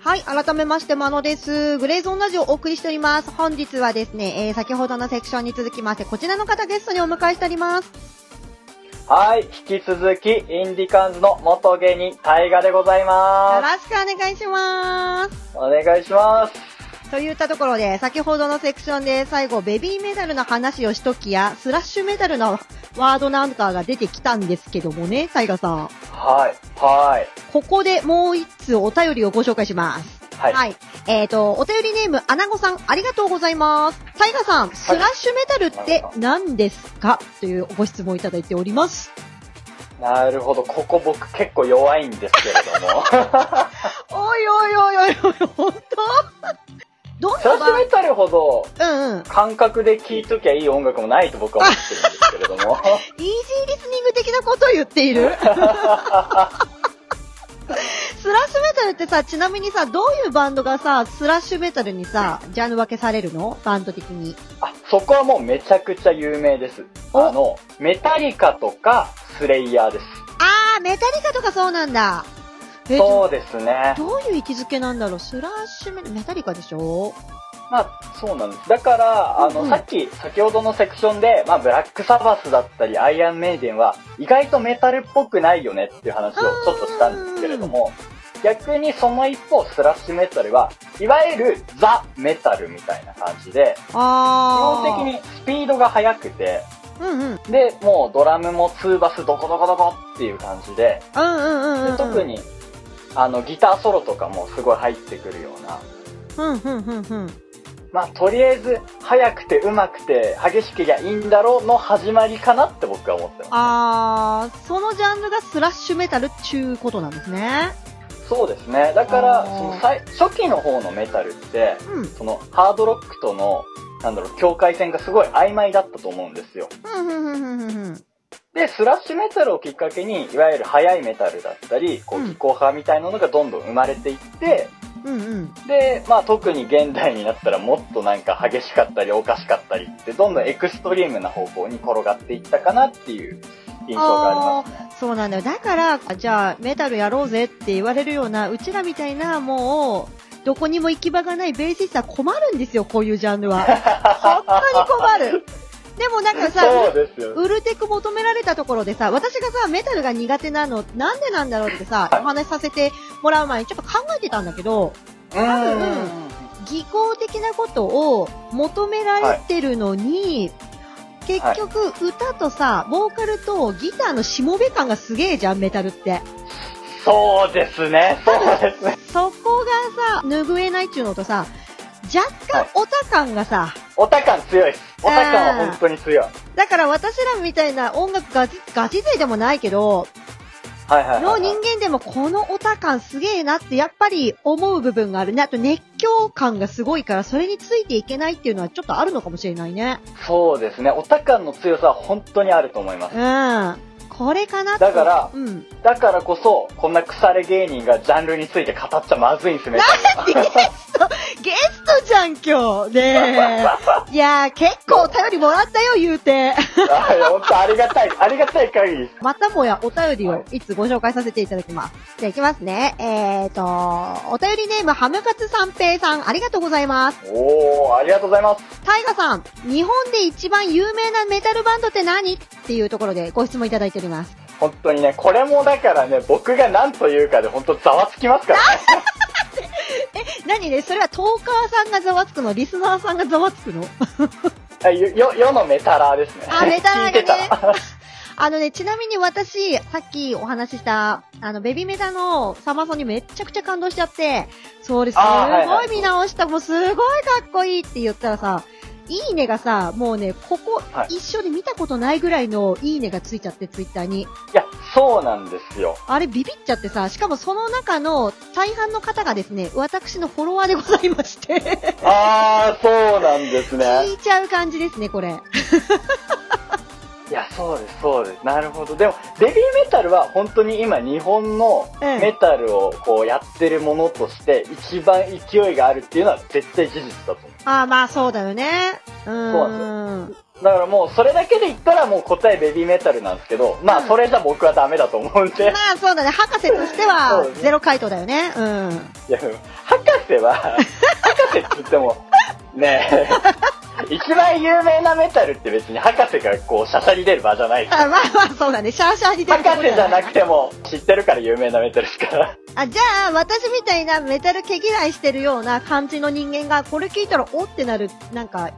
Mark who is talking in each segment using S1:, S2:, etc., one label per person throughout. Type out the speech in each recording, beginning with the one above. S1: はい、改めまして、まのです。グレーゾーンラジオをお送りしております。本日はですね、えー、先ほどのセクションに続きまして、こちらの方ゲストにお迎えしております。
S2: はい、引き続き、インディカンズの元芸人、大河でござい
S1: よ
S2: ま
S1: ろしくお願いします。
S2: す。お願いします。
S1: といったところで、先ほどのセクションで最後、ベビーメダルの話をしときや、スラッシュメダルのワードなんかが出てきたんですけどもね、タイガさん。
S2: はい、はい、
S1: ここでもう一通お便りをご紹介します。
S2: はい。
S1: えっ、と、お便りネーム、アナゴさん、ありがとうございます。タイガさん、スラッシュメダルって何ですかというご質問いただいております。
S2: なるほど、ここ僕結構弱いんですけれど も。
S1: おいおいおいおいおい、ほんとどん
S2: スラ
S1: な
S2: ッシュ
S1: 場合
S2: メタルほど、
S1: うんうん。イージ
S2: 感覚で聴いときゃいい音楽もないと僕は思ってるんですけれど も。
S1: ーリスニング的なことを言っているスラッシュメタルってさ、ちなみにさ、どういうバンドがさ、スラッシュメタルにさ、ジャンル分けされるのバンド的に。
S2: あ、そこはもうめちゃくちゃ有名です。
S1: お
S2: あの、メタリカとか、スレイヤーです。
S1: あー、メタリカとかそうなんだ。え
S2: そうですね。
S1: どういう位置づけなんだろうスラッシュメメタリカでしょ
S2: まあ、そうなんです。だから、あ
S1: う
S2: の、
S1: んうん
S2: さっき、先ほどのセクションで、まあ、ブラックサバスだったり、アイアンメイデンは、意外とメタルっぽくないよねっていう話を
S1: あー
S2: ちょっとしたんですけれども、逆にその一方、スラッシュメタルは、いわゆるザ・メタルみたいな感じで、基
S1: あ
S2: 本的にスピードが速くて、
S1: 的に。うんうん。
S2: で、もうドラムも2バスドコドコドコっていう感じで、
S1: うんうんうんうん、う
S2: で
S1: ん。
S2: 特。に、あの、ギターソロとかもすごい入ってくるような、
S1: うんうんうんうん。
S2: まあ、とりあえず、早くて、上手くて、激しけりゃいいんだろうの始まりかなって僕は思ってま
S1: あー、そのジャンルがスラッシュメタルっちゅうことなんですね。
S2: す。そうですね。だから、
S1: あー
S2: その最、初期の方のメタルって、
S1: うん。
S2: その、ハードロックとの、なんだろう、境界線がすごい曖昧だったと思うんですよ。
S1: うんうんうんうんうんうん。
S2: で、スラッシュメタルをきっかけに、いわゆる速いメタルだったり、こ
S1: う
S2: う、
S1: ん
S2: 気候派みたいなのがどんどん生まれていって、
S1: うんうん。
S2: で、まあ特に現代になったらもっとなんか激しかったりおかしかったりって、どんどんエクストリームな方向に転がっていったかなっていう印象があります。
S1: そうなんだよ。だから、じゃあメタルやろうぜって言われるような、うちらみたいな、もう、どこにも行き場がないベーシストは困るんですよ、こういうジャンル は。本当に困る。でもなんかさ、
S2: そうですよ。
S1: ウルテク求められたところでさ、私がさ、メタルが苦手なの、なんでなんだろうってさ、お話しさせてもらう前にちょっと考えてたんだけど、
S2: うん
S1: 技巧的なことを求められてるのに、
S2: は
S1: 結
S2: い
S1: 局、歌とさ、ボーカルとギターのしもべ感がすげえじゃん、メタルって。
S2: そうですね。そうですね。
S1: そこがさ、拭えないっちゅうのとさ、若干
S2: はい
S1: オタ感がさ、
S2: おた感強いです。おた感は本当に強い。はい
S1: だから私らみたいな音楽ガチ、ガチ勢でもないけど、
S2: はいはい、
S1: の
S2: はい。
S1: 人間でもこのオタ感すげえなってやっぱり思う部分があるね。あと熱狂感がすごいからそれについていけないっていうのはちょっとあるのかもしれないね。
S2: そうですね。おた感の強さは本当にあると思います。
S1: うん。これかなと
S2: だから
S1: うん。
S2: だからこそ、こんな腐れ芸人がジャンルについて語っちゃまずいんです ね。
S1: ゲストじゃん今日ね え。いやー結構お便りもらったよ言うて。
S2: はい本当ありがたい。ありがたい限りです。
S1: またもやお便りをいつご紹介させていただきます。じゃあ行きますね。えーと、お便りネームハムカツ三平さんありがとうございます。
S2: おー、ありがとうございます。
S1: タイガさん、日本で一番有名なメタルバンドって何っていうところでご質問いただいております。
S2: 本当にね、これもだからね、僕が何と言うかで本当ざわつきますからね。
S1: 何ね、それはトーカーさんがざわつくのリスナーさんがざわつくの
S2: あよよ世のメタラーです ね。
S1: あ、メタル
S2: 聞
S1: が
S2: いて
S1: ね
S2: たら。。
S1: あのね、ちなみに私、さっきお話しした、あの、ベビメタのサマソニめっちゃくちゃ感動しちゃって、そうです、す
S2: あーはい
S1: ご
S2: はいい
S1: 見直した、もうすごいかっこいいって言ったらさ、いいねがさ、もうね、ここ
S2: はい
S1: 一緒に見たことないぐらいのいいねがついちゃって、ツイッターに。
S2: いや、そうなんで すよ。
S1: あれビビっちゃってさ、しかもその中の大半の方がですね、私のフォロワーでございまして、
S2: あー、そうなんですね
S1: 聞。いちゃう感じですね、これ。
S2: いや、そうです、そうです。なるほど。でも、デビーメタルは本当に今日本の
S1: うん
S2: メタルをこうやってるものとして一番勢いがあるっていうのは絶対事実だと思う。
S1: ああ、まあそうだよね。う
S2: そう
S1: ーん。
S2: だからもうそれだけで言ったらもう答えベビーメタルなんですけど、まあ
S1: うん
S2: それじゃ僕はダメだと思うんで、
S1: まあそうだね、博士としては
S2: そうですね
S1: ゼロ回答だよね。うん。
S2: いや、博士は、博士って言っても、ねえ、一番有名なメタルって別に博士がこう、しゃしゃり出る場じゃないです。
S1: あまあまあそうだね、シャーシャーに出ると
S2: 博
S1: こ
S2: 士じゃな
S1: く
S2: くても、知ってるから有名なメタルですから。
S1: あ、じゃあ私みたいなメタル毛嫌いしてるような感じの人間がこれ聞いたらおってなる、なんか、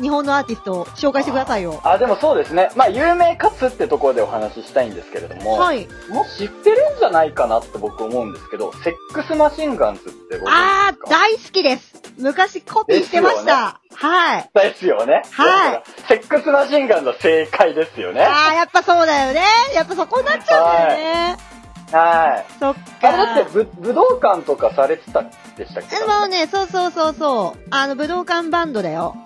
S1: 日本のアーティストを紹介してくださいよ。
S2: あ、でもそうですね。まあ、有名かつってところでお話ししたいんですけれども、
S1: はい。
S2: もう知ってるんじゃないかなって僕思うんですけど、セックスマシンガンズってご存
S1: あ
S2: 知で
S1: ー、
S2: すか
S1: 大好きです。昔コピーしてました。はい。
S2: ですよね。
S1: はい
S2: セックスマシンガンズは正解ですよね。は
S1: あー、やっぱそうだよね。やっぱそこになっちゃうんだよね。
S2: い。
S1: そっ
S2: あれだ
S1: か
S2: って。ぶ武道館とかされてたんでしたっけ
S1: でもね、そうそうそうそう。あの、武道館バンドだよ。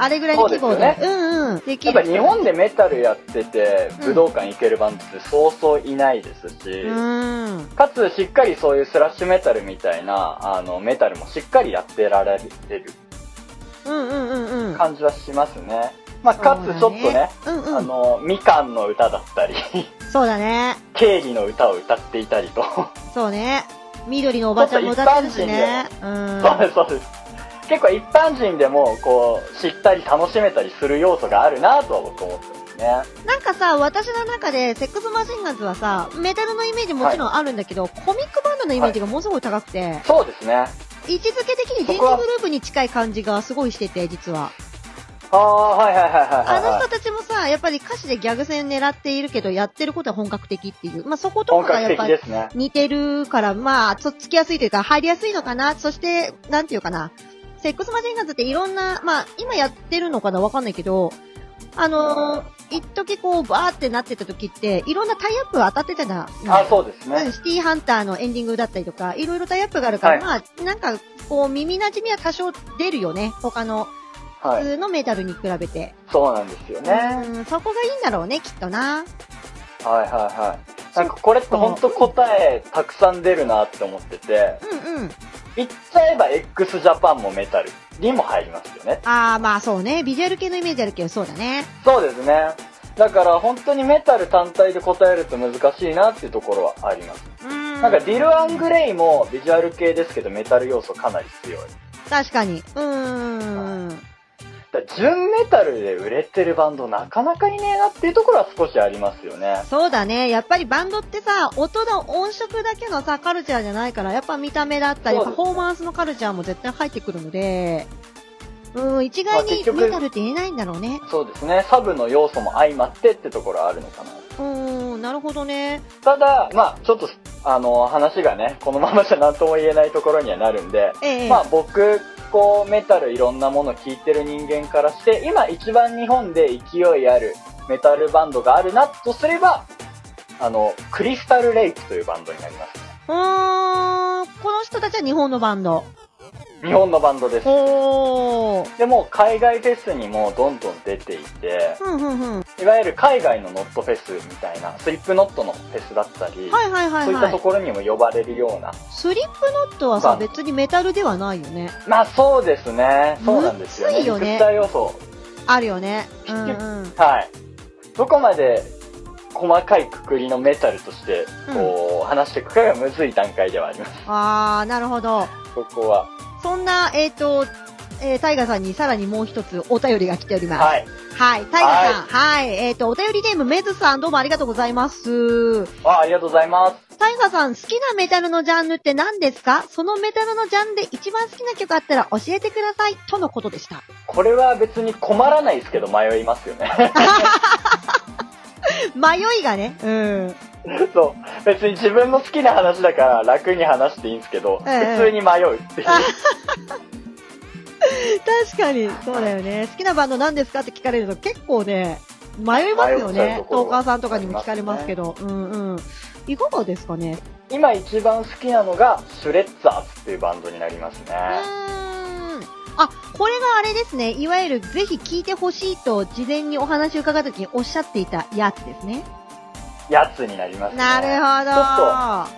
S1: あれぐらいの規模で。
S2: そ
S1: う
S2: う
S1: うんうん。でき
S2: やっ
S1: る。
S2: ぱ日本でメタルやってて
S1: うん
S2: 武道館行けるバンドってそうそういないですし、
S1: うん。
S2: かつしっかりそういうスラッシュメタルみたいなあのメタルもしっかりやってられてる
S1: うんうんうんうん。
S2: 感じはしますね、まあ、かつちょっとね
S1: そうだね。うん
S2: あ
S1: うん。
S2: のみかんの歌だったり
S1: そうだね。
S2: 経理の歌を歌っていたりと、
S1: そうね。緑のおばちゃんも歌ってるしね。うん。
S2: そうですそうです結構一般人でもこう知ったり楽しめたりする要素があるなとは僕思ってますね
S1: なんかさ、私の中で、セックスマシンガンズはさ、メタルのイメージもちろんあるんだけど、コミックバンドのイメージがものすごい高くて、
S2: そうですね
S1: 位置づけ的に電気グループに近い感じがすごいしてて、実は。
S2: ああはいはいはいはいはい、
S1: あ
S2: はい、
S1: の人たちもさ、やっぱり歌詞でギャグ戦狙っているけど、やってることは本格的っていう。まあ、そこと
S2: 本
S1: かが
S2: 格
S1: やっ
S2: 的
S1: ぱり
S2: ですね。
S1: 似てるから、まあ、とっつきやすいというか、入りやすいのかな。そして、なんていうかな。セックスマシンガンズっていろんな、まあ、今やってるのかなわかんないけど、あのー、一時こう、バーってなってた時って、いろんなタイアップ当たってたじゃん。
S2: あ、そうです
S1: うん
S2: ね。
S1: シティハンターのエンディングだったりとか、いろいろタイアップがあるから、まあ、なんか、こう、耳馴染みは多少出るよね。他の、
S2: は
S1: 普
S2: い。
S1: 通のメタルに比べて。
S2: そうなんですよね。はい
S1: うん、そこがいいんだろうね、きっとな。
S2: はいはい。なんかこれって本当答えたくさん出るなって思ってて、
S1: うんうん。
S2: 言っちゃえば x ジャパンもメタルにも入りますよね。
S1: ああ、まあそうね。ビジュアル系のイメージあるけど、そうだね。
S2: そうですね。だから本当にメタル単体で答えると難しいなっていうところはあります。
S1: うん。
S2: なんかディル・アングレイもビジュアル系ですけどメタル要素かなり強い。
S1: 確かに。うーん。
S2: だから純メタルで売れてるバンドなかなかいねえなっていうところは少しありますよね。
S1: そうだね。やっぱりバンドってさ、音の音色だけのさ、カルチャーじゃないから、やっぱ見た目だったり、
S2: そう
S1: パ
S2: です
S1: フォーマンスのカルチャーも絶対入ってくるので、うん、一
S2: ま
S1: 概
S2: あ
S1: に
S2: 結局
S1: メタルって言えないんだろうね。
S2: そうですね。サブの要素も相まってってところはあるのかな。
S1: うーん、なるほどね。
S2: ただ、まあ、ちょっと、あの、話がね、このままじゃ何とも言えないところにはなるんで、
S1: ええ
S2: まあ僕、こう、メタルいろんなもの聞いてる人間からして、今一番日本で勢いあるメタルバンドがあるなとすれば、あの、クリスタルレイクというバンドになります。
S1: うーん、この人たちは日本のバンド。
S2: 日本のバンドです。
S1: ほー。
S2: でも、海外フェスにもどんどん出ていて、
S1: ふんふんふん。はい
S2: わゆる海外のノットフェスみたいな、スリップノットのフェスだったり、
S1: はいはいはい。
S2: そういったところにも呼ばれるような。
S1: スリップノットはさ、
S2: バンド
S1: 別にメタルではないよね。
S2: まあそうですね。そうなんですよ
S1: むっ
S2: ね。
S1: ついよね
S2: 肉体要素。
S1: あるよね。 うんうん。
S2: はい。どこまで細かいくくりのメタルとして、こう、話していくかがむずい段階ではあります。
S1: あー、なるほど。
S2: ここは。
S1: そんな、えっ、と、えータイガさんにさらにもう一つお便りが来ております。
S2: はい。
S1: はい。タイガさん。はい。えっ、と、お便りネームメズさんどうもありがとうございます。
S2: あありがとうございます。
S1: タイガさん、好きなメタルのジャンルって何ですかそのメタルのジャンルで一番好きな曲あったら教えてください。とのことでした。
S2: これは別に困らないですけど迷いますよね。
S1: 迷いがね。うん。
S2: そう。別に自分の好きな話だから楽に話していいんですけど、
S1: ええ
S2: 普通に迷うっていう。
S1: 確かに、そうだよね。好きなバンド何ですかって聞かれると結構ね、迷いますよ
S2: 迷っちゃう
S1: ね
S2: と。ころ
S1: トーカーさんとかにも聞かれますけど。うんうん。いかがですかね
S2: 今一番好きなのが、シュレッザーズっていうバンドになりますね。
S1: うーんあ、これがあれですね。いわゆる、ぜひ聞いてほしいと、事前にお話を伺った時におっしゃっていたやつですね。
S2: やつになりますね。
S1: なる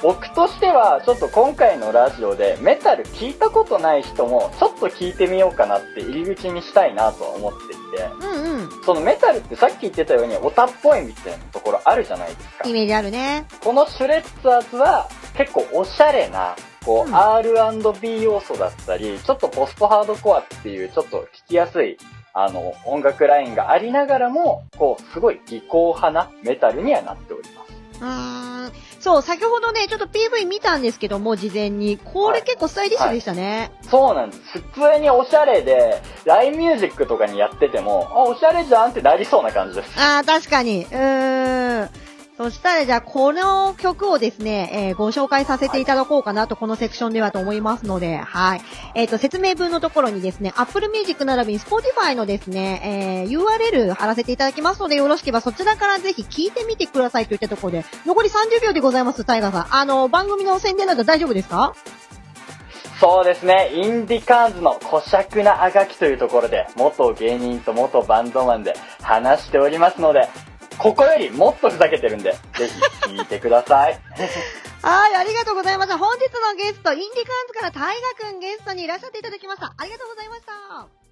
S1: ほど。
S2: 僕としては、ちょっと今回のラジオで、メタル聞いたことない人も、ちょっと聞いてみようかなって入り口にしたいなとは思っていて、
S1: うんうん。
S2: そのメタルってさっき言ってたように、オタっぽいみたいなところあるじゃないですか
S1: イ。メージあるね。
S2: このシュレッダーズは、結構おしゃれな、こう、
S1: うん
S2: R&B 要素だったり、ちょっとポストハードコアっていう、ちょっと聞きやすい、あの、音楽ラインがありながらも、こう、すごい技巧派なメタルにはなっております。
S1: うーん。そう、先ほどね、ちょっと PV 見たんですけども、事前に。これ結構スタイリッシュでしたね。
S2: そうなんです。普通におしゃれで、LINE ミュージックとかにやってても、あ、おしゃれじゃんってなりそうな感じです。
S1: ああ、確かに。うーん。そしたら、じゃあ、この曲をですね、えーご紹介させていただこうかなと、このセクションではと思いますので、はい。えっ、と、説明文のところにですね、Apple Music 並びに Spotify のですね、えー URL 貼らせていただきますので、よろしければそちらからぜひ聞いてみてくださいといったところで、残り30秒でございます、タイガーさん。あの、番組の宣伝など大丈夫ですか
S2: そうですね、インディカーンズの古尺なあがきというところで、元芸人と元バンドマンで話しておりますので、ここよりもっとふざけてるんで、ぜひ聞いてください。
S1: はい、ありがとうございました。本日のゲスト、インディカーンズからタイガくんゲストにいらっしゃっていただきました。ありがとうございました。